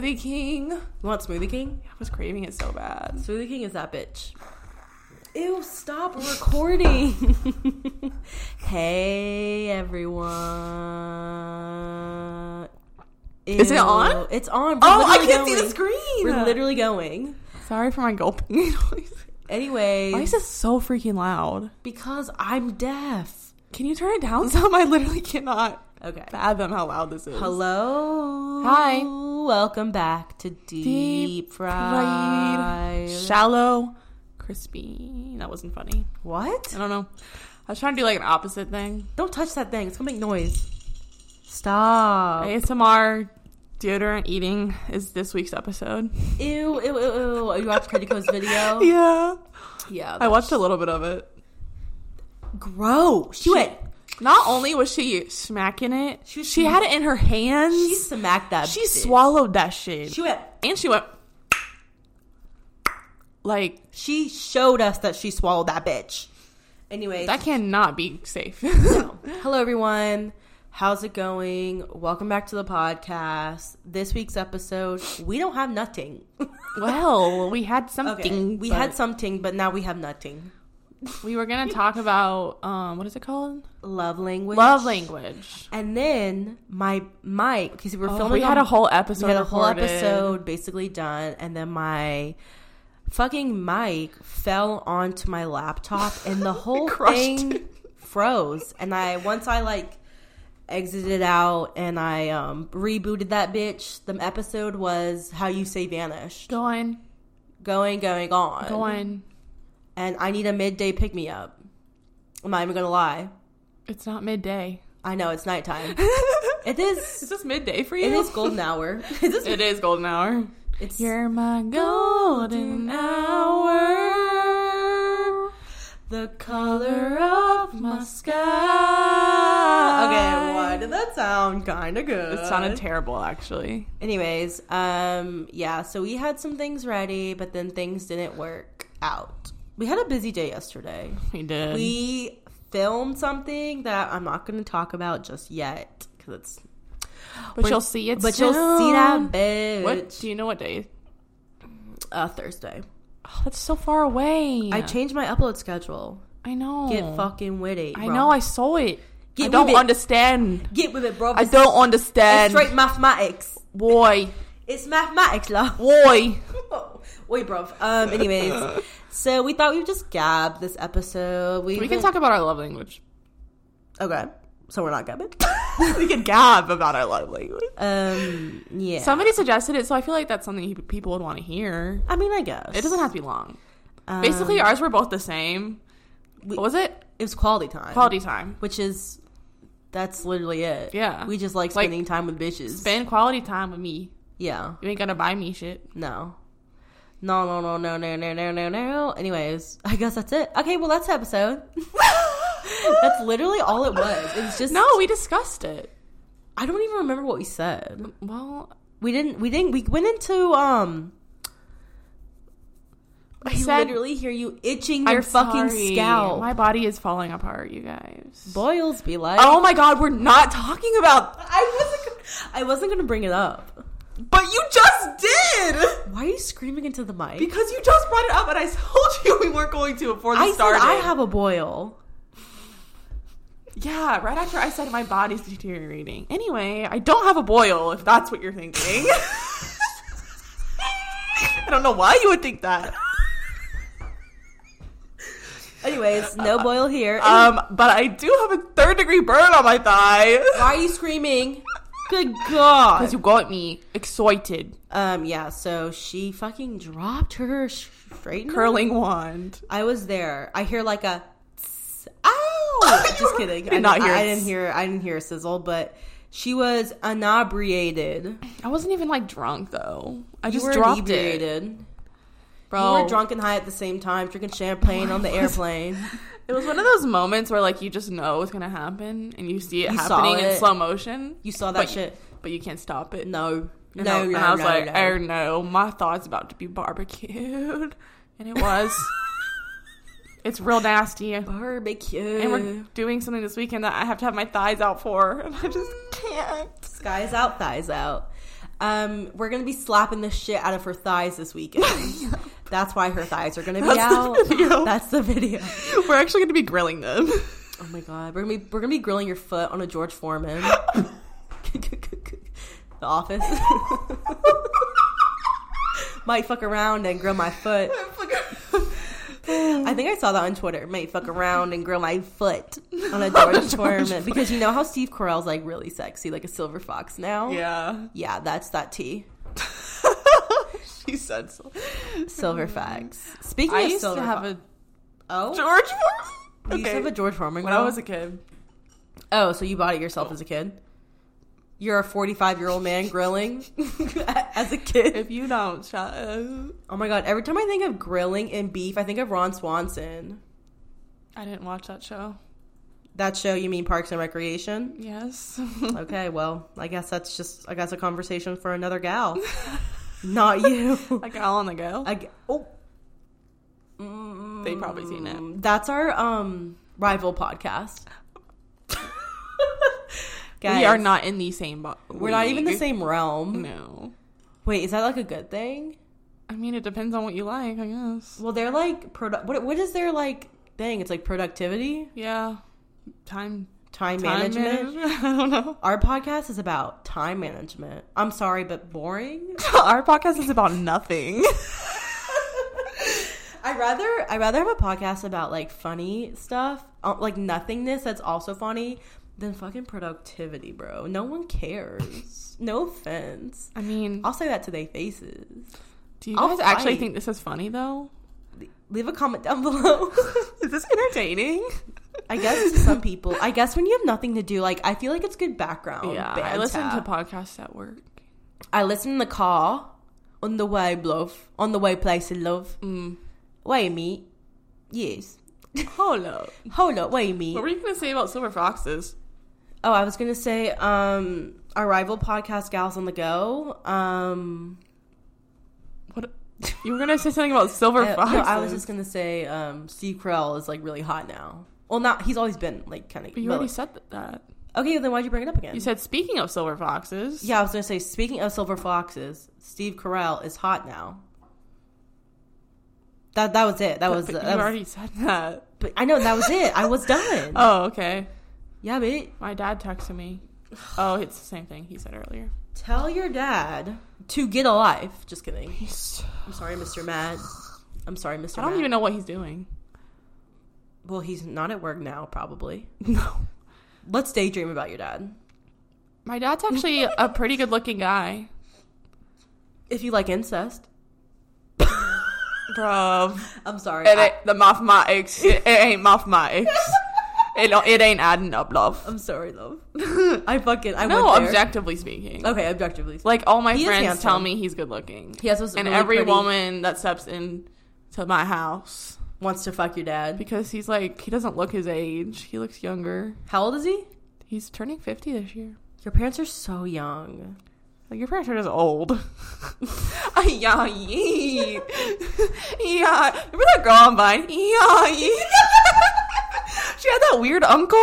Smoothie King. You want Smoothie King? I was craving it so bad. Smoothie King is that bitch. Ew, stop recording. hey, everyone. Is it Ew, on? It's on. We're Oh, I literally can't see going. the screen. We're literally going. Sorry for my gulping noise. Anyways, Why is this so freaking loud? because I'm deaf. Can you turn it down some? I literally cannot Okay. fathom how loud this is. Hello. Hi. Welcome back to Deep, Deep Fried. Shallow, crispy. That wasn't funny. what? I don't know. I was trying to do like an opposite thing. Don't touch that thing. It's gonna make noise. Oh. Stop. ASMR deodorant eating is this week's episode. Ew, ew, ew, ew. You watched Critico's video? Yeah. Yeah. I watched a little bit of it. Gross. She went. Not only was she smacking it, She she, was had it in her hands. She smacked that. she bitch. swallowed that shit. She went. and she went like She showed us that she swallowed that bitch. Anyway, that cannot be safe. hello everyone. How's it going? Welcome back to the podcast. This week's episode, we don't have nothing. well, we had Okay, something. we but had something, but now we have nothing. We were gonna talk about um, what is it called? Love language. Love language. And then my mic because we were Oh, filming. we had a on- whole episode. we had a whole recorded. episode basically done, and then my fucking mic fell onto my laptop, and the whole crushed thing froze. And I once I like exited out and I um, rebooted that bitch. The episode was how you say vanished, Go on, going, going on, go on. and I need a midday pick me up. I'm not even gonna lie. It's not midday. I know it's nighttime. It is. Is this midday for you? It is golden hour. It is. It is golden hour. It's You're my golden hour. the Color color of my sky. Okay, why did that sound kind of good? It sounded terrible, actually. Anyways, um, yeah, so we had some things ready, but then things didn't work out. We had a busy day yesterday. We did. We filmed something that I'm not going to talk about just yet because it's. but you'll see it. But you'll see that soon. bitch What do you know? What day? uh, Thursday. Oh, that's so far away. I changed my upload schedule. I know. Get fucking witty. Oh. I bro. know. I saw it. Get I don't with it. understand. get with it, bro. I It's- don't It's understand. straight mathematics. Boy, It's mathematics, love. boy. Wait, bro. Um. Anyways, so we thought we would just gab this episode. We, We can talk about our love language. Okay, so we're not gabbing. we can gab about our love language. um. Yeah. Somebody suggested it, so I feel like that's something he- people would want to hear. I mean, I guess It doesn't have to be long. Um, Basically, ours were both the same. we- what was it? it was quality time. Quality time. which is that's literally it. Yeah. We just like Like, spending time with bitches. Spend quality time with me. yeah. You ain't gonna buy me shit. No. No, no, no, no, no, no, no, no, no. Anyways, I guess that's it. Okay, well, that's the episode. that's literally all it was. It was just No, we discussed it. I don't even remember what we said. Well, We didn't. We didn't. We went into um. I I said literally hear you itching I'm your fucking sorry. scalp. My body is falling apart, you guys. Boils be like. Oh my god, we're not talking about. I wasn't. gonna- I wasn't gonna bring it up. But you just did Why are you screaming into the mic? because you just brought it up, and I told you we weren't going to before I this started. said I have a boil. Yeah, right after I said my body's deteriorating. Anyway, I don't have a boil, if that's what you're thinking. I don't know why you would think that. Anyways, no boil here. Um, but I do have a third degree burn on my thigh. Why are you screaming? Good God. you got me excited. Um. Yeah. So she fucking dropped her sh- straightener. Curling wand. I was there. I hear like a tss, ow. You Just kidding. did I not didn't- hear I, a didn't tss. hear. I didn't hear a sizzle, but she was inebriated. I wasn't even like drunk though. I You just were dropped it. inebriated. Bro. You were drunk and high at the same time, drinking champagne on the airplane. It was one of those moments where like you just know it's gonna happen and you see it You saw happening it. in slow motion. You saw but that shit. You, but you can't stop it. No, And no, I, no. and I was no, like, no. oh no, my thought's about to be barbecued. And it was. it's real nasty. And barbecue. we're doing something this Mm. weekend that I have to have my thighs out for. And I just can't. skies out, thighs out. Um, we're gonna be slapping the shit out of her thighs this weekend. That's why her thighs are gonna be That's the out. video. That's the video. We're actually going to be grilling them. Oh my god, we're gonna be we're gonna be grilling your foot on a George Foreman. the Office. Might fuck around and grill my foot. I think I saw that on Twitter. Might Mm-hmm. fuck around and grill my foot on a George, Foreman because you know how Steve Carell's like really sexy, like a silver fox now. yeah. yeah, that's that T. she said so. Silver fox. Speaking Mm-hmm. I of used silver to have a oh, George you Foreman. used to have a George Foreman. when I was a kid. Oh, so you bought it yourself as a kid? You're a 45 year old man grilling as a kid. If you don't, shut up. Oh my god! Every time I think of grilling and beef, I think of Ron Swanson. I didn't watch that show. That show, you mean Parks and Recreation? Yes. Okay, well, I guess that's just I guess a conversation for another gal, not you. like all on the go. I, g- oh, They probably seen it. Mm, that's our um rival podcast. Guys, we are not in the same. Bo- We're not even the league. same realm. No. Wait, is that like a good thing? I mean, it depends on what you like, I guess. Well, they're like product. What, what is their like thing? It's like productivity, Yeah. Time. time, Time management. management. I don't know. Our podcast is about time management. I'm sorry, but boring. Our podcast is about nothing. I rather I rather have a podcast about like funny stuff, uh, like nothingness that's also funny, than fucking productivity, bro. No one cares. no offense. I mean, I'll say that to their faces. do you I'll guys actually fight. think this is funny though? Leave a comment down below. Is this entertaining? I guess to some people, I guess when you have nothing to do, like I feel like it's good background. yeah, I listen banter. to podcasts at work. I listen in the car on the way, love. On the way, place of love. Mm. Wait, me. Yes. Hold up. Hold up. Wait, me. What were you gonna say about silver foxes? Oh, I was gonna say, um, our rival podcast, Gals on the Go. Um, What you were gonna say something about silver I, foxes? uh, no, I was just gonna say, um, Steve Carell is like really hot now. Well, not he's always been like kind of. But you already said that. that. okay, then why'd you bring it up again? You said speaking of silver foxes. yeah, I was gonna say. Speaking of silver foxes, Steve Carell is hot now. That that was it. That was. but that you was- already said that. but I know that was it. I was done. Oh, okay. Yeah, but My dad texted me. Oh, it's the same thing he said earlier. tell your dad to get a life. Just kidding. I I'm sorry, Mr. Matt. I'm sorry, Mr. don't Matt. even know what he's doing. Well, he's not at work now, probably. No. Let's daydream about your dad. My dad's actually a pretty good looking guy. If you like incest. Bruv. I'm sorry. It I, ain't the mathematics. It, it ain't mathematics. It, it ain't adding up, love. am sorry, love. I fucking I No, went there. objectively speaking. okay, objectively. Like all my He is friends handsome. tell me he's good looking. He has this and really every pretty- woman that steps in to my house wants to fuck your dad. because he's like he doesn't look his age. He looks younger. How old is he? He's turning 50 this year. Your parents are so young. Like your parents are just old. yeah, yee. yeah. Remember that girl on Vine? Yeah, yee. she had that weird uncle.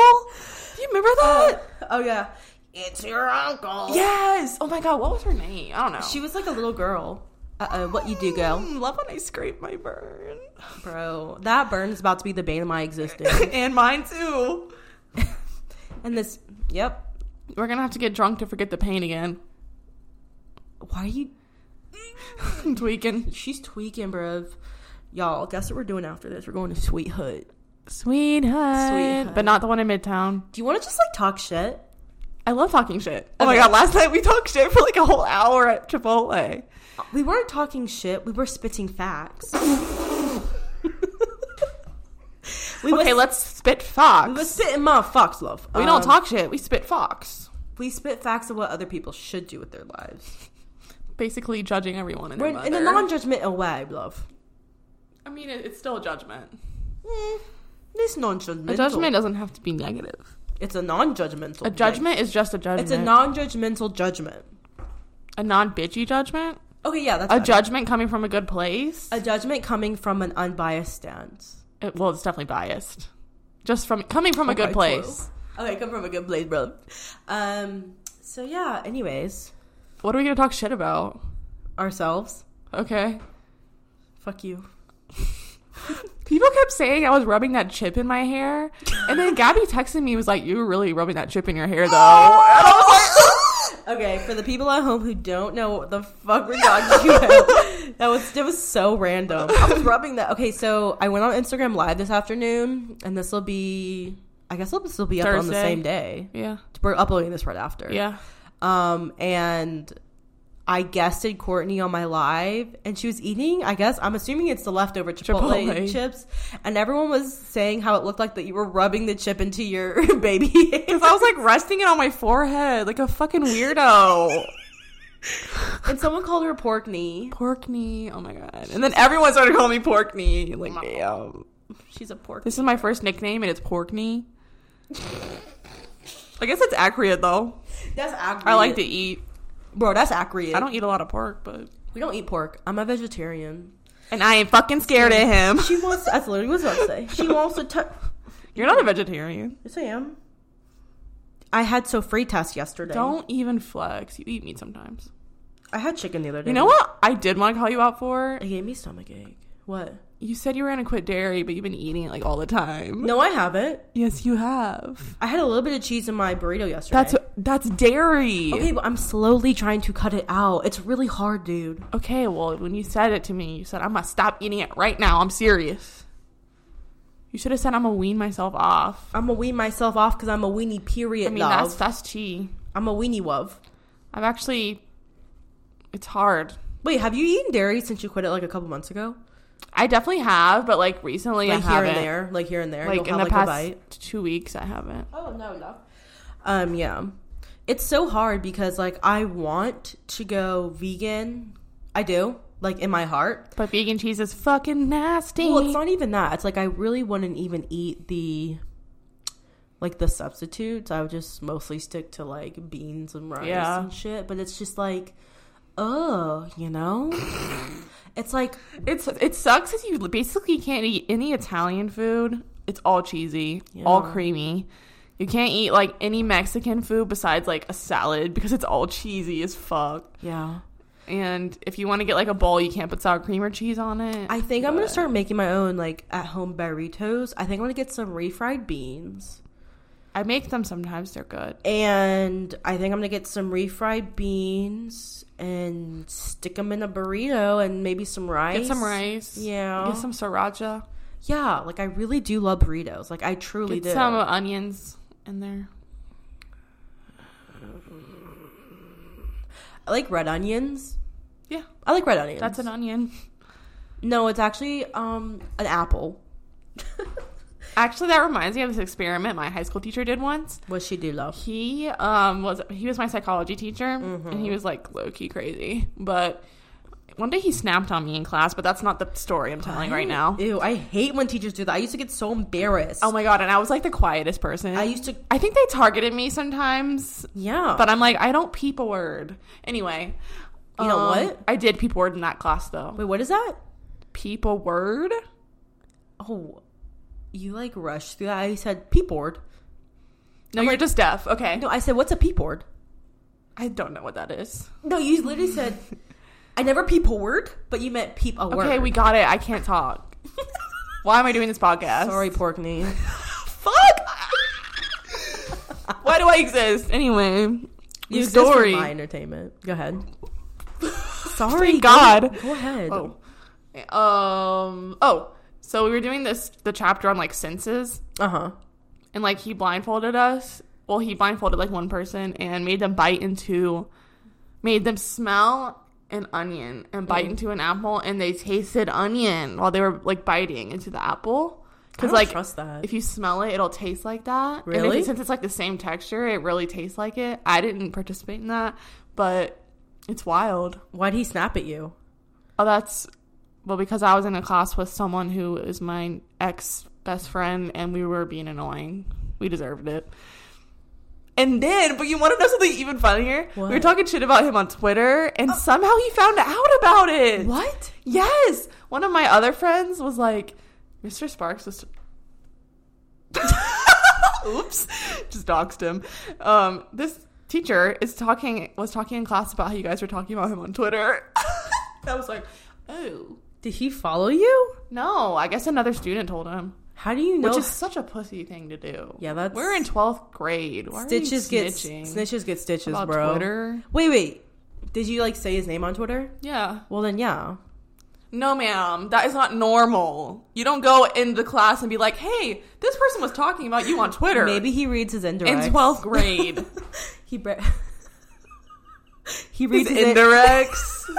Do you remember that? oh yeah. It's your uncle. Yeah. Yes. Oh my god, what was her name? I don't know. She was like a little girl. Uh oh, what you do, girl? Mm, love when I scrape my burn. Bro, that burn is about to be the bane of my existence. and mine too. and this, yep. We're gonna have to get drunk to forget the pain again. Why are you Tweaking. She's tweaking, bruv. Y'all, guess what we're doing after this? We're going to Sweet Hood. Sweet Sweet But Hut. not the one in Midtown. Do you want to just like talk shit? I love talking shit. Oh my Okay. god, last night we talked shit for like a whole hour at Chipotle. We weren't talking shit. We were spitting facts. we okay, was, let's spit fox. we was spitting my fox love. We Um, don't talk shit. We spit fox. We spit facts of what other people should do with their lives. Basically, judging everyone and We're their in- in a mother. non-judgmental way, love. I mean, it- it's still a judgment. Mm, this non-judgmental. A judgment doesn't have to be negative. It's a non-judgmental. A judgment is just a judgment. It's a non-judgmental judgment. a non bitchy judgment. Okay, yeah, that's A better. judgment coming from a good place. a judgment coming from an unbiased stance. It- well, it's definitely biased. Just from coming from a Okay, good place. Oh, cool. Okay, come from a good place, bro. Um. So yeah. Anyways, What are we gonna talk shit about? Ourselves. Okay. Fuck you. People kept saying I was rubbing that chip in my hair, and then Gabby texted me was like, "You were really rubbing that chip in your hair, though." And I was like, Okay, for the people at home who don't know what the fuck we're talking about, that was that was so random. I was rubbing that. Okay, so I went on Instagram Live this afternoon, and this will be, I guess this will be up on the Thursday. same day. "Yeah, We're uploading this right after. yeah." Um, and I guested Courtney on my live, and she was eating. I guess I'm assuming it's the leftover Chipotle, Chipotle. chips, and everyone was saying how it looked like that you were rubbing the chip into your baby. Because I was like resting it on my forehead like a fucking weirdo. and someone called her pork knee. Pork knee. Oh my god. And then everyone started calling me pork knee. Like, damn. She's a pork. This is my first nickname, and it's pork knee. I guess it's accurate though. That's accurate. I like to eat. bro. That's accurate. I don't eat a lot of pork, but We don't eat pork. I'm a vegetarian. and I ain't fucking scared of him. She wants. That's literally what I was about to say. She wants to. T- You're not a vegetarian. yes, I am. I had sofritas yesterday. Don't even flex. You eat meat sometimes. I had chicken the other day. You know what I did want to call you out for? It gave me stomach ache. What? You said you were gonna quit dairy, but you've been eating it like all the time. No, I haven't. Yes, you have. I had a little bit of cheese in my burrito yesterday. That's that's dairy. okay, but I'm slowly trying to cut it out. It's really hard, dude. Okay, well, when you said it to me, you said I'm gonna stop eating it right now. I'm serious. You should have said I'm gonna wean myself off. I'm gonna wean myself off because I'm a weenie. Period. I mean, love. that's that's chi. I'm a weenie. Love. I've actually, it's hard. Wait, have you eaten dairy since you quit it like a couple months ago? I definitely have, but like recently, Like I here haven't. and there, like here and there. Like You'll in have, the a past bite. two weeks, I haven't. Oh no, no. Um, yeah, it's so hard because like I want to go vegan. I do, like in my heart. But vegan cheese is fucking nasty. Well, it's not even that. It's like I really wouldn't even eat the like the substitutes. I would just mostly stick to like beans and rice Yeah. and shit. But it's just like, oh, you know. It's like It's it sucks because you basically can't eat any Italian food. It's all cheesy, Yeah. all creamy. You can't eat like any Mexican food besides like a salad because it's all cheesy as fuck. yeah. And if you want to get like a bowl, you can't put sour cream or cheese on it. I think I'm gonna But- start making my own like at home burritos. I think I'm gonna get some refried beans. I make them sometimes. They're good. and I think I'm gonna get some refried beans and stick them in a burrito and maybe some rice. Get some rice. Yeah. Get some sriracha. Yeah, like I really do love burritos. Like I truly Get do. some onions in there. I like red onions. Yeah, I like red onions. that's an onion. no. It's actually um an apple. Actually, that reminds me of this experiment my high school teacher did once. What she do love? he um was he was my psychology teacher and he Mm-hmm. was like low key crazy but one day he snapped on me in class but that's not the story i'm telling right now Ew, I hate when teachers do that. I used to get so embarrassed. oh my god and i was like the quietest person I i, used to. think they targeted me sometimes Yeah. but i'm like i don't peep a word anyway um, You know what? i did peep a word in that class though Wait, what is that? peep a word Oh, you like rushed through that. I said pee board. no you're just deaf okay No, I said what's a pee board? i don't know what that is No, you literally said, I never peep a word, but you meant peep a word. okay we got it i can't talk why am i doing this podcast Sorry, Porkney. Fuck! Why do I exist? Anyway, You you exist for story. my entertainment. Go ahead. Sorry, God. Go ahead. Oh, um. Oh, so we were doing this the chapter on like senses, Uh huh. and like he blindfolded us. Well, he blindfolded like one person and made them bite into, made them smell an onion and bite Mm. into an apple, and they tasted onion while they were like biting into the apple. Because like trust that. if you smell it, it'll taste like that. And if Really? it- since it's like the same texture, it really tastes like it. I didn't participate in that, but it's wild. Why'd he snap at you? Oh, that's well because I was in a class with someone who is my ex best friend, and we were being annoying. We deserved it. And then, but you want to know something even funnier? We were What? talking shit about him on Twitter, and somehow he found out about it. What? Yes. One of my other friends was like, Mr. Sparks was. Oops. Just doxed him. Um, this teacher is talking was talking in class about how you guys were talking about him on Twitter. I was like, oh Did he follow you? no, I guess another student told him, How do you know? which is such a pussy thing to do. Yeah, that's- we're in twelfth grade. Why stitches are you get snitching snitches get stitches, about bro. Twitter? Wait, wait. Did you like say his name on Twitter? Yeah. Well, then yeah. No, ma'am, that is not normal. You don't go into class and be like, hey, this person was talking about you on Twitter. Maybe he reads his in indirect 12th grade. he bre- he These reads his in- indirects.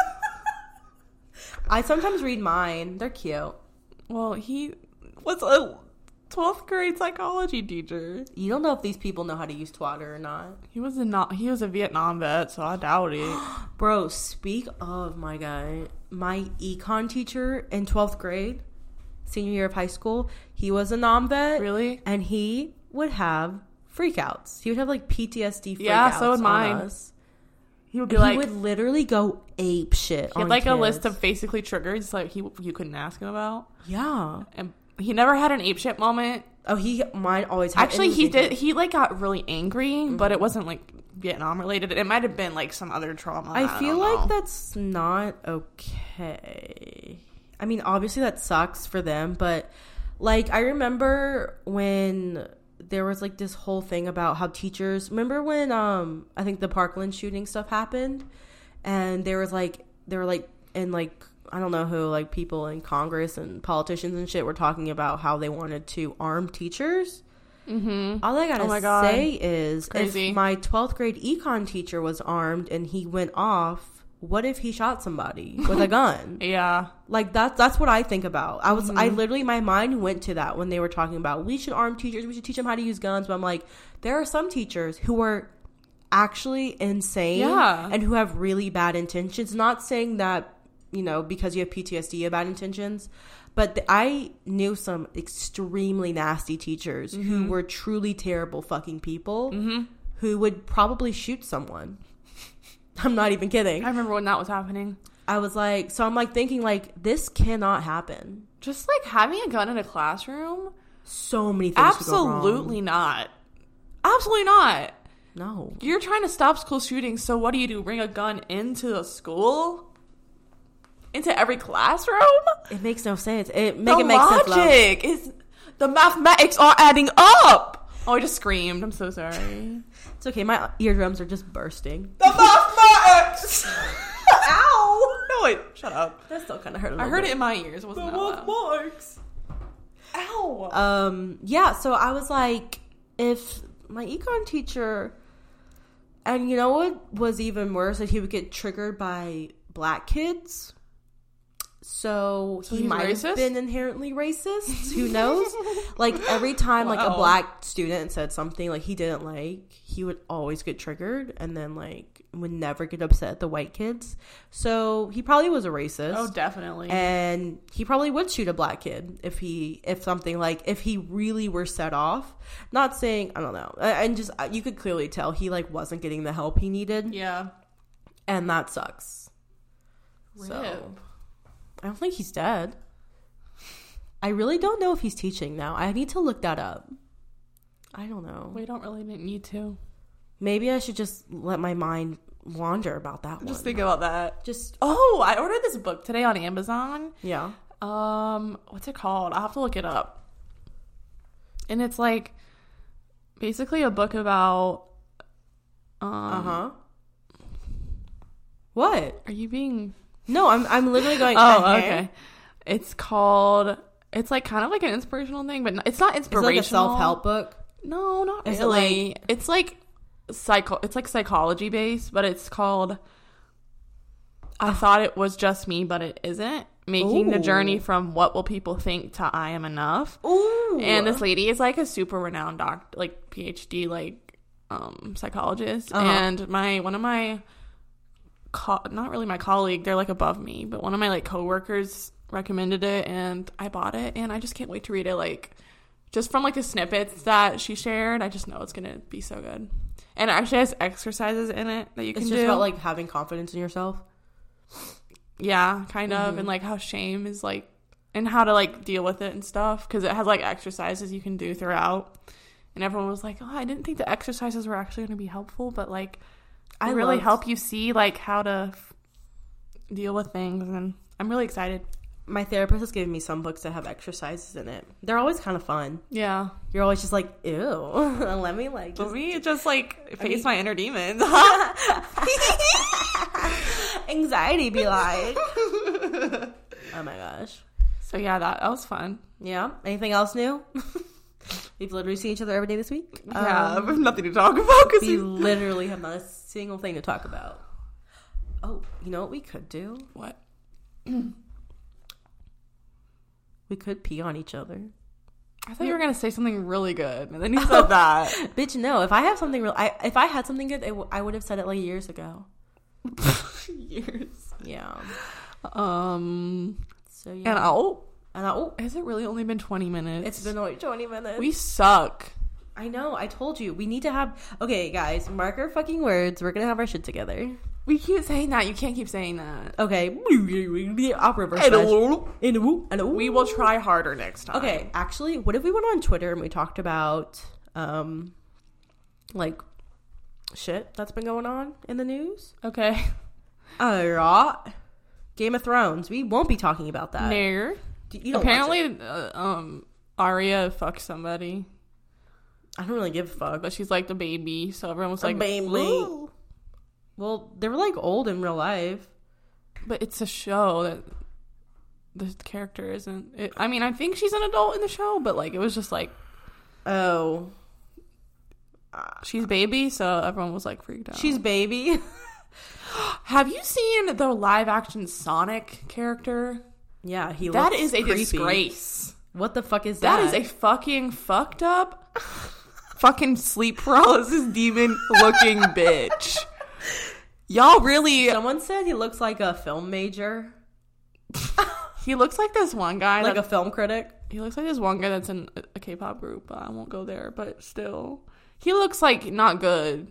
I sometimes read mine. They're cute. well, he was a 12th grade psychology teacher. You don't know if these people know how to use Twitter or not, He was a not, he was a Vietnam vet, so I doubt it. bro. Speak of my guy, my econ teacher in twelfth grade, senior year of high school. He was a nom vet, really? and he would have freakouts. He would have like PTSD freakouts. Yeah, so would on mine. us. He would He be like, would literally go ape shit. he on had like a kids. list of basically triggers like he you couldn't ask him about, yeah. and he never had an ape shit moment. Oh, he mine always had Actually, he anything. did. He like got really angry, but it Mm-hmm. wasn't like Vietnam related. It might have been like some other trauma. I don't feel like know. that's not okay. I mean, obviously that sucks for them, but like I remember when there was like this whole thing about how teachers remember when um I think the Parkland shooting stuff happened and there was like there were like and like I don't know who like people in Congress and politicians and shit were talking about how they wanted to arm teachers. Mm-hmm. All I gotta Oh my God. say is Crazy. if my 12th grade econ teacher was armed and he went off what if he shot somebody with a gun Yeah. like that's that's what i think about i was Mm-hmm. i literally my mind went to that when they were talking about we should arm teachers we should teach them how to use guns but i'm like there are some teachers who are actually insane Yeah. and who have really bad intentions not saying that you know because you have ptsd you have bad intentions but th- i knew some extremely nasty teachers Mm-hmm. who were truly terrible fucking people who would probably shoot someone. I'm not even kidding. I remember when that was happening. I was like, so I'm like thinking like this cannot happen. Just like having a gun in a classroom? So many things. could go wrong. Absolutely not. Absolutely not. no. You're trying to stop school shootings, so what do you do? Bring a gun into the school? Into every classroom? It makes no sense. It make the it make sense. love. logic is the mathematics are adding up. Oh, I just screamed. I'm so sorry. It's okay. My eardrums are just bursting. the mathematics. Ow! No, wait. Shut up. That still kind of hurt. I I heard it in my ears. It wasn't that loud. marks. Ow! Um. Yeah. So I was like, if my econ teacher, and you know what was even worse, that he would get triggered by black kids. So, he he's might racist? have been inherently racist. Who knows? like every time, like a Wow. black student said something like he didn't like, he would always get triggered, and then like would never get upset at the white kids. So he probably was a racist oh, definitely. and he probably would shoot a black kid if he if something like if he really were set off not saying i don't know A- and just uh, you could clearly tell he like wasn't getting the help he needed yeah. and that sucks Rip. so i don't think he's dead i really don't know if he's teaching now i need to look that up i don't know We don't really need to. maybe i should just let my mind wander about that one Just think about that. just Oh, I ordered this book today on Amazon. yeah Um, what's it called? I'll have to look it up. And it's like basically a book about um uh-huh what are you being no i'm, I'm literally going Oh, uh-huh. okay. It's called it's like kind of like an inspirational thing, but no, it's not It's inspirational. like a self help book. No, not Is it really. it's like psycho. It's like psychology based, but it's called. I thought it was just me, but it isn't. Making the Ooh. journey from what will people think to I am enough. Ooh. And this lady is like a super renowned doc, like PhD, like um, psychologist. Uh-huh. And my one of my, co- not really my colleague, they're like above me, but one of my like coworkers recommended it, and I bought it, and I just can't wait to read it. Like, just from like the snippets that she shared, I just know it's gonna be so good. And it actually has exercises in it that you can it's do. just about like having confidence in yourself. Yeah, kind of, and like how shame is like, and how to like deal with it and stuff, because it has like exercises you can do throughout, and everyone was like, "Oh, I didn't think the exercises were actually going to be helpful, but like, I I really loved- help you see like how to f- deal with things." And I'm really excited. My therapist has given me some books that have exercises in it. They're always kind of fun. Yeah, You're always just like, ew. Let me like. let Just... me just like face mean- my inner demons. Anxiety be like. oh my gosh. so yeah, that, that was fun. Yeah. Anything else new? We've literally seen each other every day this week. We have Um, nothing to talk about because we literally have not a single thing to talk about. Oh, you know what we could do? what? We could pee on each other. I thought you were gonna say something really good, and then you said that. Bitch, no. If I have something real, I, if I had something good, I w- I would have said it like years ago. Years. Yeah. Um. So And yeah. oh, And I, oh, has it really only been 20 minutes? it's been like twenty minutes. We suck. I know. I told you. We need to have. Okay, guys, mark our fucking words. We're gonna have our shit together. We keep saying that. You can't keep saying that. Okay. I'll reverse And that. In a woo, in a woo. we will try harder next time. Okay, actually, what if we went on Twitter and we talked about um like shit that's been going on in the news? Okay. A lot. Game of Thrones. We won't be talking about Uh, that. Nair. Do- you don't watch it. Apparently, uh, um, Arya fucked somebody, I don't really give a fuck. but she's like the baby, so everyone was A like, baby. "Ooh." Well, they were like old in real life. But it's a show that the character isn't. It, I mean, I think she's an adult in the show, but like it was just like Oh, she's baby, so everyone was like freaked out. she's baby. Have you seen the live action Sonic character? yeah, he. That looks is a creepy. disgrace. What the fuck is that? That is a fucking fucked up, fucking sleep paralysis demon looking bitch. Y'all really. Someone said he looks like a film major, He looks like this one guy. like that- a film critic. he looks like this one guy that's in a a K-pop group. But I won't go there. But still, he looks like not good.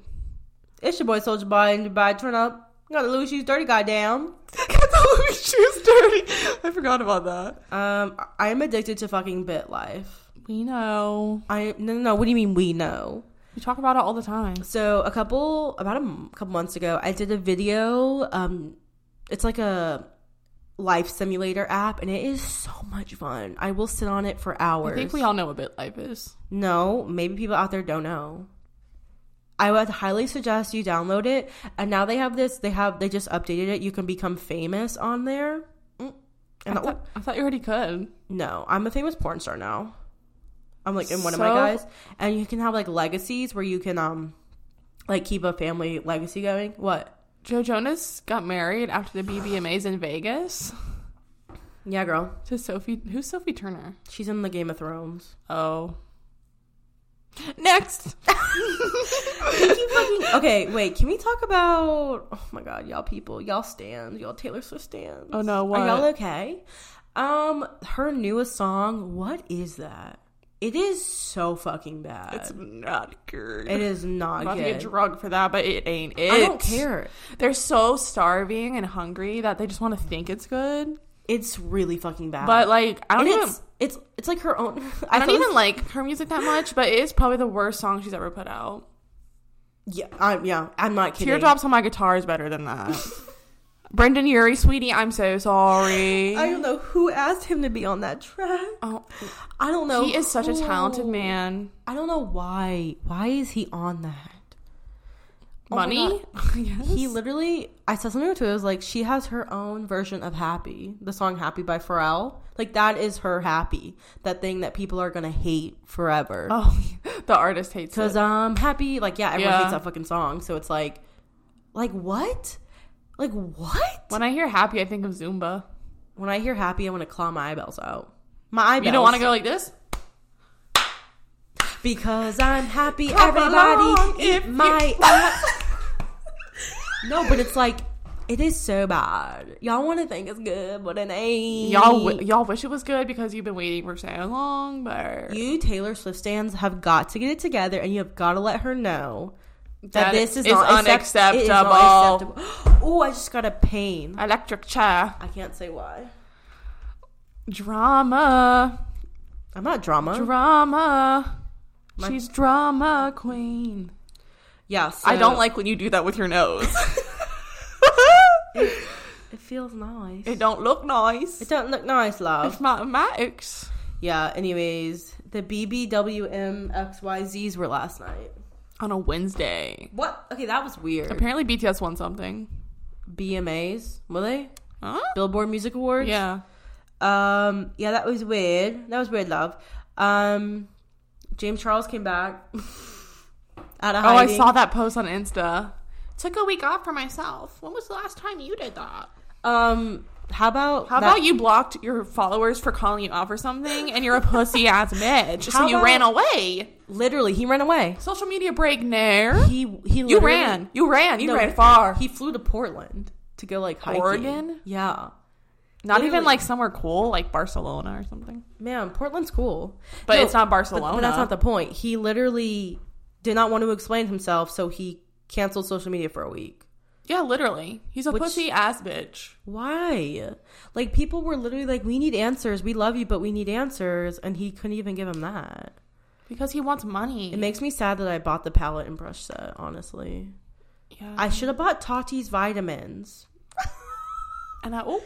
It's your boy Soldier Boy in Dubai. Turn up. Got the Louis shoes dirty, goddamn. shoes dirty. I forgot about that. Um, I am addicted to fucking bit life. We know. I no no no. What do you mean we know? We talk about it all the time. So a couple about a m- couple months ago, I did a video. Um, it's like a life simulator app, and it is so much fun. I will sit on it for hours. I think we all know what bit life is. No, maybe people out there don't know. I would highly suggest you download it. And now they have this. They have they just updated it. You can become famous on there. Mm. And I, thought, I thought you already could. No, I'm a famous porn star now. I'm like in one of my So- guys, and you can have like legacies where you can um, like keep a family legacy going. What? Joe Jonas got married after the BBMAs in Vegas Yeah, girl, to Sophie. Who's Sophie Turner? she's in the Game of Thrones. Oh. Next. okay, wait, can we talk about? Oh my God, y'all people, y'all stands, y'all Taylor Swift stands. Oh, no, what? Are y'all okay? Um, her newest song. What is that? It is so fucking bad. It's not good. it is I'm not about to good. get drug for that, but it ain't it. I don't care. They're so starving and hungry that they just want to think it's good. It's really fucking bad. But like, I don't And even. it's it's it's like her own. I don't even like her music that much, but it is probably the worst song she's ever put out. Yeah, I'm, yeah, I'm not kidding. Teardrops on my guitar is better than that. Brendan Urie, sweetie, I'm so sorry. I don't know who asked him to be on that track. oh, I don't know. he is such a who. talented man. I don't know why. Why is he on that? Oh my Money? yes. He literally. I said something to it. I was like, she has her own version of "Happy," the song "Happy" by Pharrell. Like that is her "Happy," that thing that people are gonna hate forever. oh, the artist hates Cause it. I'm happy. Like yeah, everyone Yeah. hates that fucking song. So it's like, like what? Like what? When I hear happy, I think of Zumba. When I hear happy, I want to claw my eyeballs out. My eyeballs. You don't want to go like this? because I'm happy. Clap along everybody, if eat you- my. ass. no, but it's like it is so bad. Y'all want to think it's good, but it ain't. Y'all, wi- y'all wish it was good because you've been waiting for so long, but you Taylor Swift stands have got to get it together, and you have got to let her know that, That this is, is not accept- it is not unacceptable. acceptable. Oh, I just got a pain. electric chair I can't say why. drama, I'm not drama. drama. My- She's drama queen. Yeah, I don't so- like when you do that with your nose. It feels nice. it don't look nice. It don't look nice, love. It's mathematics. Yeah. Anyways, the BBWMXYZs were last night. On a Wednesday. What? Okay, that was weird. Apparently BTS won something. BMAs were they? Huh? Billboard Music Awards. Yeah. Um. Yeah, that was weird. That was weird, love. Um. James Charles came back. out of Oh, I hiding. saw that post on Insta. Took a week off for myself. When was the last time you did that? Um. How about How that- about you blocked your followers for calling you out for something and you're a pussy ass bitch? so How you about- ran away. Literally, he ran away. Social media break nair. He he. You literally- ran. You ran. You No, ran far. He flew to Portland to go like hiking. Oregon? Yeah. Not even literally- like somewhere cool, like Barcelona or something. Man, Portland's cool. But it's not But, Barcelona. that's not the point. He literally did not want to explain himself, so he canceled social media for a week. Yeah, literally. He's a Which- pussy ass bitch. Why? Like people were literally like, "We need answers. We love you, but we need answers," and he couldn't even give him that. Because he wants money. It makes me sad that I bought the palette and brush set. Honestly, yeah. I should have bought Tati's vitamins. and I, oh,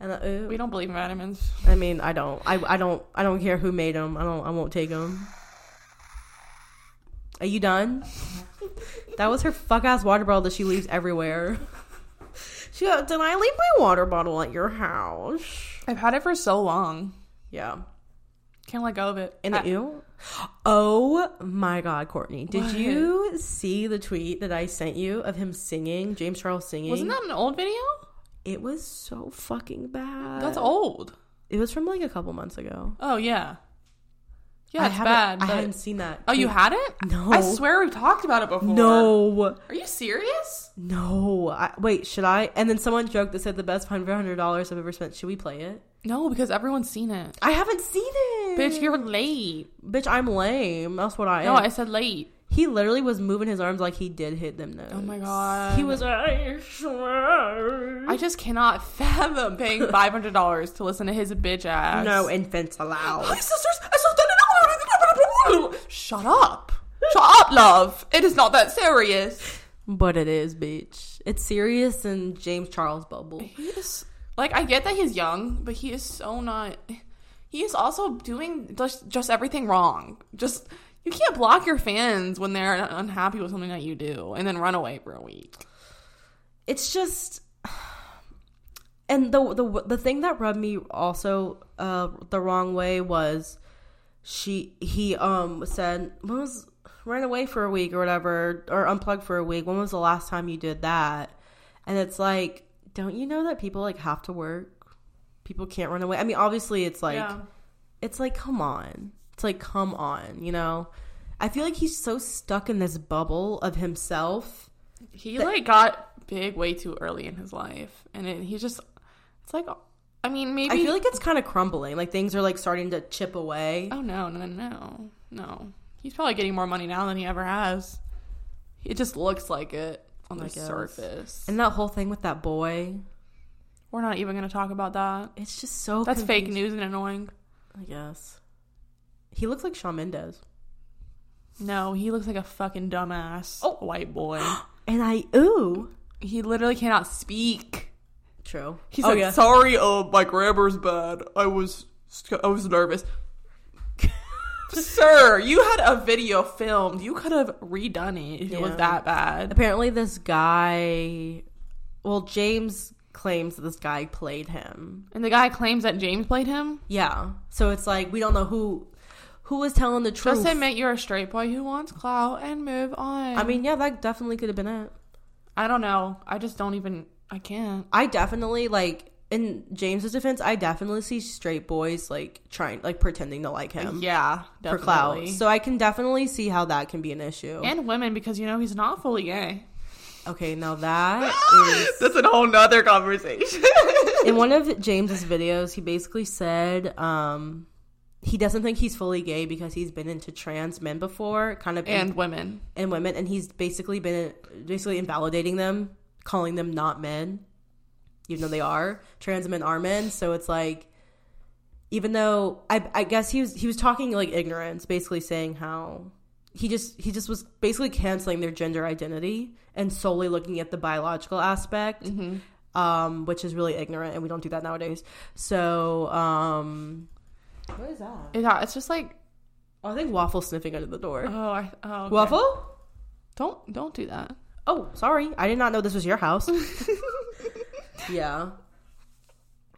And uh, I, ooh, we don't believe in vitamins. I mean, I don't. I, I don't. I don't care who made them. I don't. I won't take them. Are you done? that was her fuck ass water bottle that she leaves everywhere. She goes, did I leave my water bottle at your house? I've had it for so long. Yeah. Can't let go of it. And I- you? Oh my god, Courtney! Did What? you see the tweet that I sent you of him singing James Charles singing? wasn't that an old video? It was so fucking bad. That's old. It was from like a couple months ago. Oh yeah, yeah, I it's haven't- bad. I but- hadn't seen that. oh, you tweet. had it? No. I swear we've talked about it before. No, Are you serious? no. I, wait, should I? And then someone joked that said the best fun for hundred dollars I've ever spent. Should we play it? No, because everyone's seen it. I haven't seen it, Bitch, you're late. Bitch, I'm lame. That's what I No, am. I said late. he literally was moving his arms like he did hit them. Notes. Oh my god. He was. I swear. I just cannot fathom paying five hundred dollars to listen to his bitch ass. no infants allowed. My sisters, I still don't know. Shut up. Shut up, love. It is not that serious. but it is, bitch. It's serious and James Charles bubble. He is like I get that he's young, but he is so not. He is also doing just just everything wrong. Just you can't block your fans when they're un- unhappy with something that you do, and then run away for a week. it's just and the the the thing that rubbed me also uh the wrong way was she he um said when was ran away for a week or whatever or unplugged for a week when was the last time you did that and it's like don't you know that people like have to work people can't run away i mean obviously it's like Yeah. it's like come on it's like come on you know i feel like he's so stuck in this bubble of himself He like got big way too early in his life, and it, he just it's like I mean maybe I feel like it's kind of crumbling. Like things are like starting to chip away. Oh no, no, no, no, no. He's probably getting more money now than he ever has. It just looks like it on the I guess. surface. And that whole thing with that boy, We're not even going to talk about that. it's just so That's fake confusing, news and annoying. I guess. He looks like Shawn Mendes. No, he looks like a fucking dumbass oh. white boy. And I ooh. he literally cannot speak. True. He oh, said, yeah. "Sorry, uh, my grammar's bad. I was, I was nervous." Sir, you had a video filmed. You could have redone it if it was Yeah. that bad. Apparently this guy well, James claims that this guy played him. And the guy claims that James played him. Yeah. So it's like we don't know who who was telling the truth. Just admit you're a straight boy who wants clout and move on. I mean, yeah, that definitely could have been it. I don't know. I just don't even. I can't. I definitely like in James's defense, I definitely see straight boys like trying like pretending to like him Yeah, for clout. definitely. So I can definitely see how that can be an issue. and women because you know he's not fully gay. okay, now that is That's a whole nother conversation. in one of James's videos, he basically said um he doesn't think he's fully gay because he's been into trans men before, kind of and women. and women and he's basically been basically invalidating them calling them not men even though they are trans men are men so it's like even though i, I guess he was he was talking like ignorance basically saying how he just he just was basically canceling their gender identity and solely looking at the biological aspect, um, which is really ignorant, and we don't do that nowadays. So, um, what is that? Yeah, it's just like Oh, I think waffle sniffing under the door. oh, I, oh okay. Waffle? Don't don't do that. Oh, sorry, I did not know this was your house. yeah,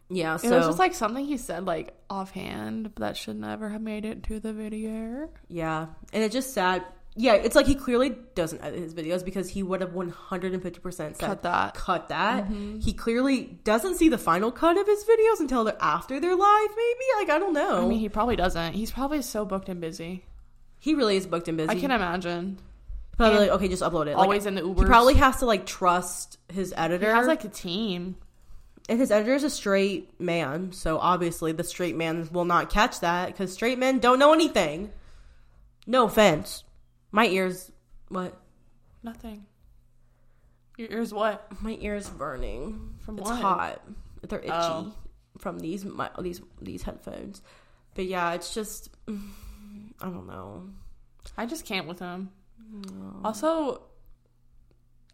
yeah. So it was just like something he said like offhand but that should never have made it to the video. Yeah, and it's just sad. Yeah, it's like he clearly doesn't edit his videos because he would have one hundred and fifty percent Cut Mm-hmm. that. Cut that. He clearly doesn't see the final cut of his videos until they're after they're live. Maybe like I don't know. I mean, he probably doesn't. He's probably so booked and busy. he really is booked and busy. I can imagine. probably like okay, just upload it. Like, Always in the he Uber. probably has to like trust his he editor. has like a team. and his editor is a straight man, so obviously the straight man will not catch that because straight men don't know anything. No offense, my ears. What? Nothing. Your ears what? My ears burning. From it's what? hot. They're itchy Oh. from these my, these these headphones. But yeah, it's just I don't know. I just can't with him. Mm. Also,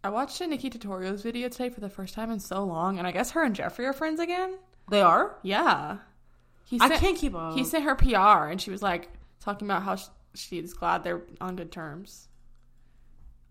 I watched a Nikki Tutorials video today for the first time in so long, and I guess her and Jeffrey are friends again. They are. Yeah. He I can't keep up. He sent her PR, and she was like talking about how sh- she's glad they're on good terms.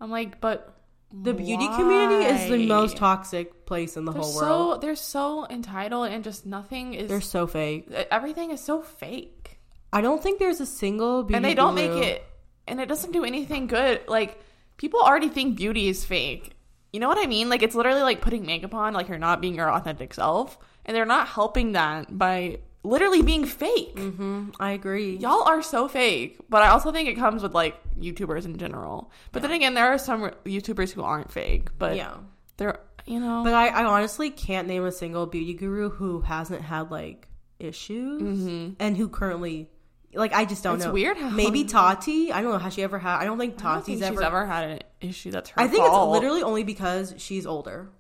I'm like, but the beauty community is the most why? toxic place in the They're whole so world. they're so entitled, and just nothing is. e, They're so fake. everything is so fake, I don't think there's a single beauty and they don't guru- make it, and it doesn't do anything good. Like people already think beauty is fake. You know what I mean? Like it's literally like putting makeup on, like you're not being your authentic self, and they're not helping that by literally being fake. Mhm, I agree. Y'all are so fake, but I also think it comes with like YouTubers in general. But then again, there are some YouTubers who aren't fake, but yeah. they're you know. But I, I honestly can't name a single beauty guru who hasn't had like issues and who currently like I just don't Mm-hmm. It's know. weird how- maybe Tati. I don't know how she ever had. I don't think I don't Tati's think she's ever. ever, had an issue that's her. I think fault. it's literally only because she's older.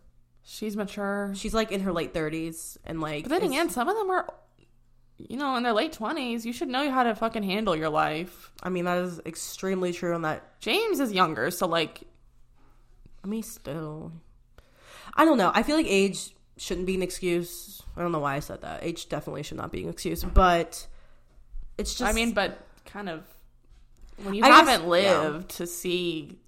she's mature. She's like in her late thirties and like. But then it's- again, some of them are, you know, in their late twenties. You should know how to fucking handle your life. I mean that is extremely true. On that, James is younger, so like, I mean, still, I don't know. I feel like age shouldn't be an excuse. I don't know why I said that. Age definitely should not be an excuse, but it's just. I mean, but kind of when you I guess- haven't yeah. lived to see.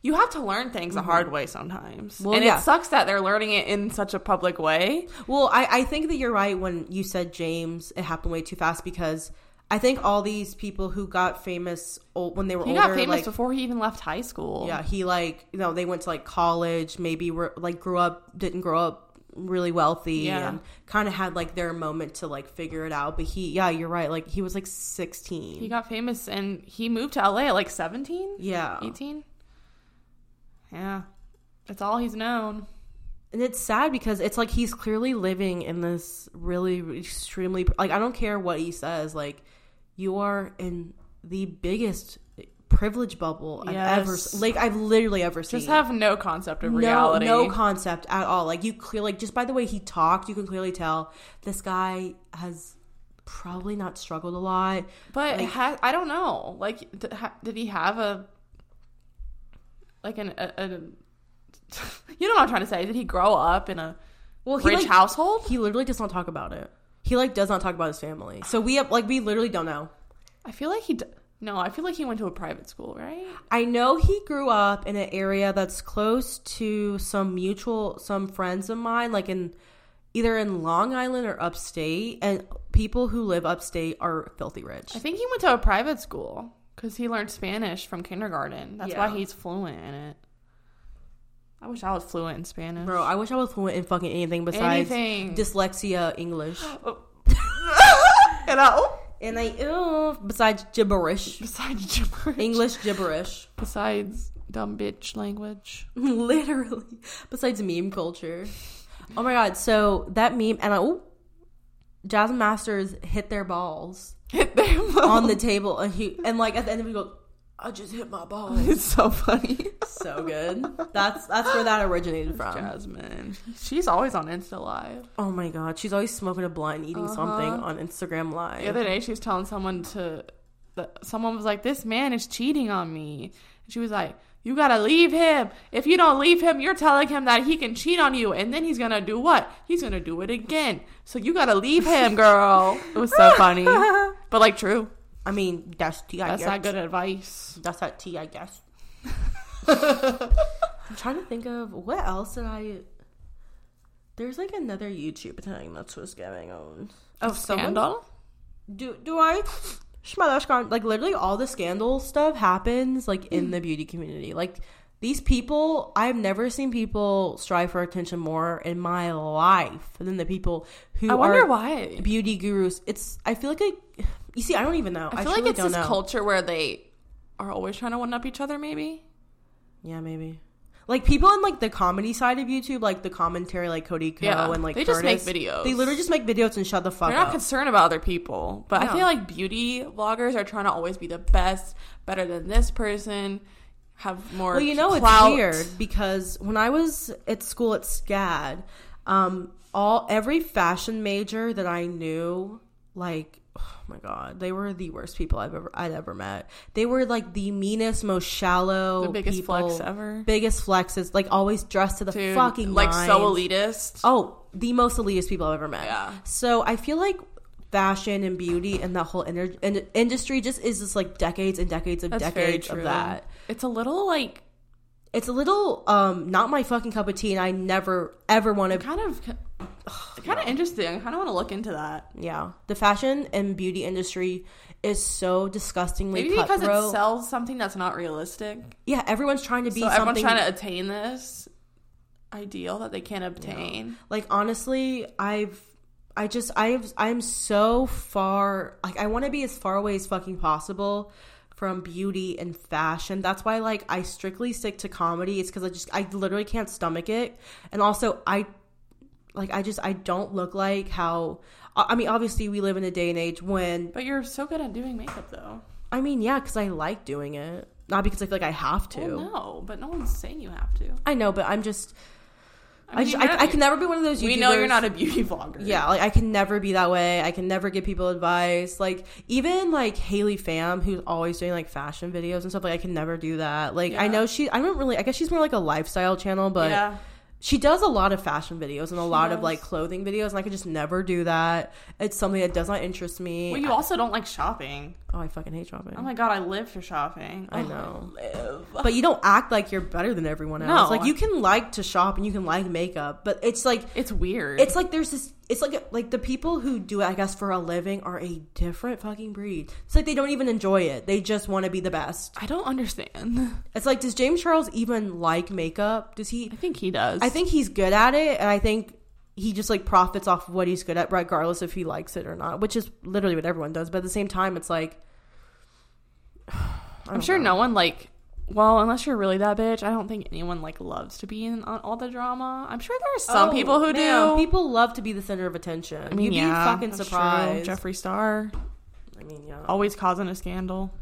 You have to learn things the hard way sometimes. Mm-hmm. Well, and yeah. it sucks that they're learning it in such a public way. Well, I, I think that you're right when you said James, it happened way too fast because I think all these people who got famous old, when they were He older, got famous like, before he even left high school. yeah, he like, you know, they went to like college, maybe were like grew up, didn't grow up really wealthy Yeah. and kind of had like their moment to like figure it out. But he, yeah, you're right. Like he was like 16. He got famous and he moved to LA at like 17, yeah. 18. Yeah. That's all he's known. And it's sad because it's like he's clearly living in this really extremely like I don't care what he says like you are in the biggest privilege bubble I've ever Yes. like I've literally ever seen. Just have no concept of no, reality. no concept at all. Like you clear like just by the way he talked, you can clearly tell this guy has probably not struggled a lot. But ha- I don't know. Like, d- ha- did he have a like an a, a you know what I'm trying to say? Did he grow up in a Well, he rich like, household? he literally does not talk about it. He like does not talk about his family. So we have like we literally don't know. I feel like he d- no. I feel like he went to a private school, right? I know he grew up in an area that's close to some mutual some friends of mine, like in either in Long Island or upstate, and people who live upstate are filthy rich. I think he went to a private school because he learned Spanish from kindergarten. That's Yeah. why he's fluent in it. I wish I was fluent in Spanish. Bro, I wish I was fluent in fucking anything besides Anything. dyslexia English. and I, oh, And I ooh, besides gibberish. besides gibberish, English gibberish. besides dumb bitch language. Literally. Besides meme culture. Oh my god, so that meme and I ooh, Jasmine Masters hit their balls. Hit them on the table and he and like at the end of it, we go i just hit my ball It's so funny. so good that's that's where that originated from Jasmine. She's always on Insta Live. oh my god she's always smoking a blunt and eating something Uh-huh. on instagram live The other day, she was telling someone to the, someone was like, "This man is cheating on me," and she was like, "You gotta leave him. If you don't leave him, you're telling him that he can cheat on you, and then he's gonna do what? He's gonna do it again. So you gotta leave him, girl." it was so funny, but like true. I mean, that's tea. I E That's guess. not good advice. That's that tea, I guess. I'm trying to think of what else did I. There's like another YouTube thing that's what's going on. Of Scandal. Do do I? Shmadashkan. Like literally, all the scandal stuff happens like in the beauty community. Like these people, I've never seen people strive for attention more in my life than the people who I wonder are why. beauty gurus. It's I feel like I. You see, I don't even know. I feel truly like it's don't this know. culture where they are always trying to one up each other. Maybe. Yeah, maybe. Like people in like the comedy side of YouTube, like the commentary, like Cody Ko Yeah, and like they just make Curtis, videos. They literally just make videos and shut the fuck They're not up. concerned about other people, but Uh-huh. No. I feel like beauty vloggers are trying to always be the best, better than this person, have more. well, you know clout. it's weird because when I was at school at SCAD, um, all every fashion major that I knew, like. Oh my god, they were the worst people I've ever I'd ever met. They were like the meanest, most shallow, The biggest people, flex ever. biggest flexes, like always dressed to the Dude, fucking like so nines. elitist. Oh, the most elitist people I've ever met. Yeah. So I feel like fashion and beauty and that whole ener- in- industry just is just like decades and decades of That's very decades true. of that. It's a little like It's a little um not my fucking cup of tea, and I never ever want to. kind of kind of interesting. I kind of want to look into that. Yeah, the fashion and beauty industry is so disgustingly Maybe because cutthroat. it sells something that's not realistic. yeah, everyone's trying to be So everyone's something. trying to attain this ideal that they can't obtain. like honestly, I've. I just I've I'm so far like I want to be as far away as fucking possible from beauty and fashion. That's why like I strictly stick to comedy. It's cuz I just I literally can't stomach it. And also I like I just I don't look like how I I mean obviously we live in a day and age when But you're so good at doing makeup though. I mean yeah cuz I like doing it. Not because I feel like I have to. Well, no, but no one's saying you have to. I know, but I'm just I, mean, just, you're I, not- I can never be one of those YouTubers we know you're not a beauty vlogger. Yeah, like I can never be that way. I can never give people advice. Like even like Haley Pham, who's always doing like fashion videos and stuff. Like I can never do that. Like I Yeah. know she. I don't really. I guess she's more like a lifestyle channel, but Yeah. she does a lot of fashion videos and a lot of does. like clothing videos, and I could just never do that. It's something that does not interest me. Well, you also don't like shopping. oh, I fucking hate shopping. Oh my god, I live for shopping. I Oh, know. I live. but you don't act like you're better than everyone else. No. Like you can like to shop and you can like makeup, but it's like It's weird. It's like there's this. It's like like the people who do it, I guess, for a living are a different fucking breed. It's like they don't even enjoy it. They just want to be the best. I don't understand. It's like does James Charles even like makeup? Does he? I think he does. I think he's good at it, and I think he just like profits off of what he's good at, regardless if he likes it or not. Which is literally what everyone does. But at the same time, it's like I'm sure no one like. Well, unless you're really that bitch, I don't think anyone like loves to be in on all the drama. I'm sure there are some Oh, people who man, do. People love to be the center of attention. I mean, You'd yeah, be fucking that's surprised. True. Jeffree Star I mean, yeah. Oh, always causing a scandal.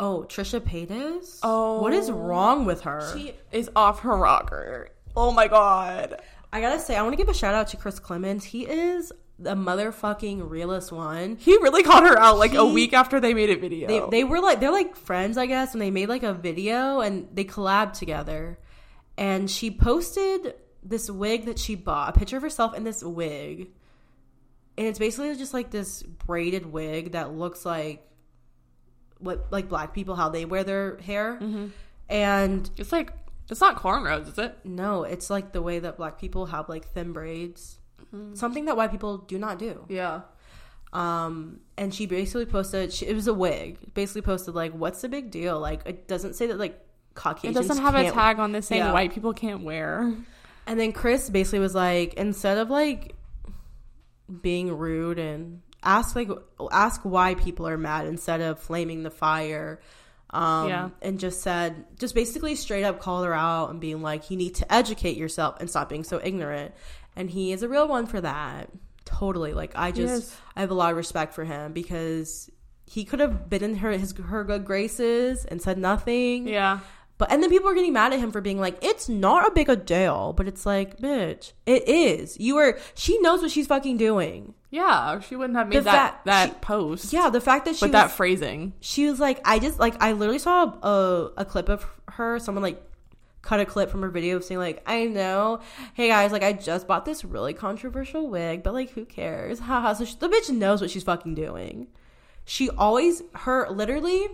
Trisha Paytas. Oh. what is wrong with her? She is off her rocker. Oh my god. I gotta say, I want to give a shout out to Chris Clemens. He is the motherfucking realest one. He really called her out like a He- week after they made a video. They, they were like they're like friends, I guess, and they made like a video and they collabed together. And she posted this wig that she bought, a picture of herself in this wig, and it's basically just like this braided wig that looks like what like black people how they wear their hair, and it's like it's not cornrows, is it? no, it's like the way that black people have like thin braids, Mm-hmm. something that white people do not do. Yeah. um and she basically posted she, it was a wig basically posted like what's the big deal like it doesn't say that like It caucasians doesn't have a can't- tag on this saying Yeah. white people can't wear. and then chris basically was like instead of like being rude and ask like ask why people are mad instead of flaming the fire um Yeah. and just said just basically straight up called her out and being like you need to educate yourself and stop being so ignorant and he is a real one for that totally like i just is. i have a lot of respect for him because he could have been in her his her good graces and said nothing Yeah. But and then people are getting mad at him for being like, it's not a big a deal, but it's like, bitch, it is. You are. She knows what she's fucking doing. Yeah, she wouldn't have made The that fact- that she- post. Yeah, the fact that she but was, that phrasing. she was like, I just like I literally saw a, a, a clip of her. Someone like cut a clip from her video of saying like, I know, hey guys, like I just bought this really controversial wig, but like who cares? Haha. so she, the bitch knows what she's fucking doing. She always her literally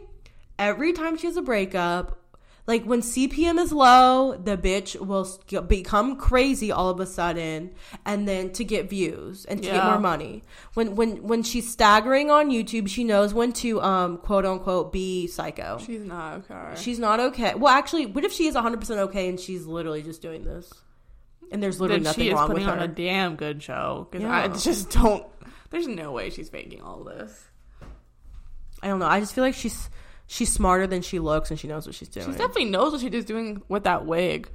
every time she has a breakup. Like when CPM is low, the bitch will s- get- become crazy all of a sudden, and then to get views and to get Yeah. more money. When when when she's staggering on YouTube, she knows when to um quote unquote be psycho. She's not okay. She's not okay. Well, actually, what if she is 100% okay and she's literally just doing this? And there's literally then nothing she is wrong with putting on her. a damn good show because I Yeah. just don't. There's no way she's faking all this. I don't know. I just feel like she's she's smarter than she looks and she knows what she's doing. She definitely knows what she's just doing with that wig,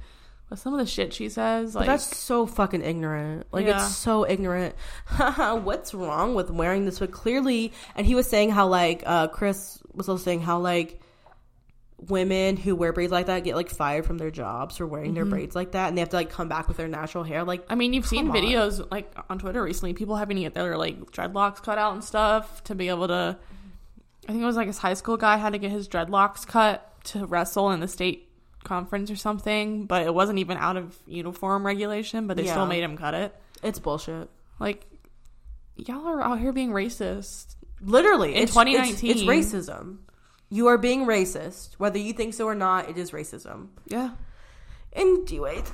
but some of the shit she says, But like, that's so fucking ignorant. Like Yeah. it's so ignorant. Haha, What's wrong with wearing this? But clearly, and he was saying how like uh, Chris was also saying how like women who wear braids like that get like fired from their jobs for wearing Mm-hmm. their braids like that, and they have to like come back with their natural hair. Like I mean, you've seen Come on. videos like on Twitter recently, people having to get their like dreadlocks cut out and stuff to be able to. I think it was like this high school guy had to get his dreadlocks cut to wrestle in the state conference or something, but it wasn't even out of uniform regulation, but they Yeah. still made him cut it. it's bullshit. Like, y'all are out here being racist. Literally, In it's- it's- 2019. it's, racism. You are being racist, whether you think so or not. It is racism. Yeah. And do it.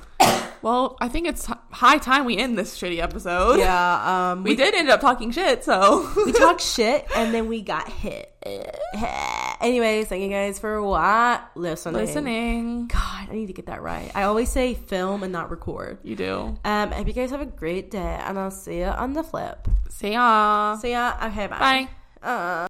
Well, I think it's h- high time we end this shitty episode. Yeah, um, We did end up talking shit, so. we talked shit and then we got hit. Anyways, thank you guys for what listening. Listening. God, I need to get that right. I always say film and not record. You do. Um, I hope you guys have a great day, and I'll see you on the flip. See ya. See ya. Okay, bye. Bye. Uh.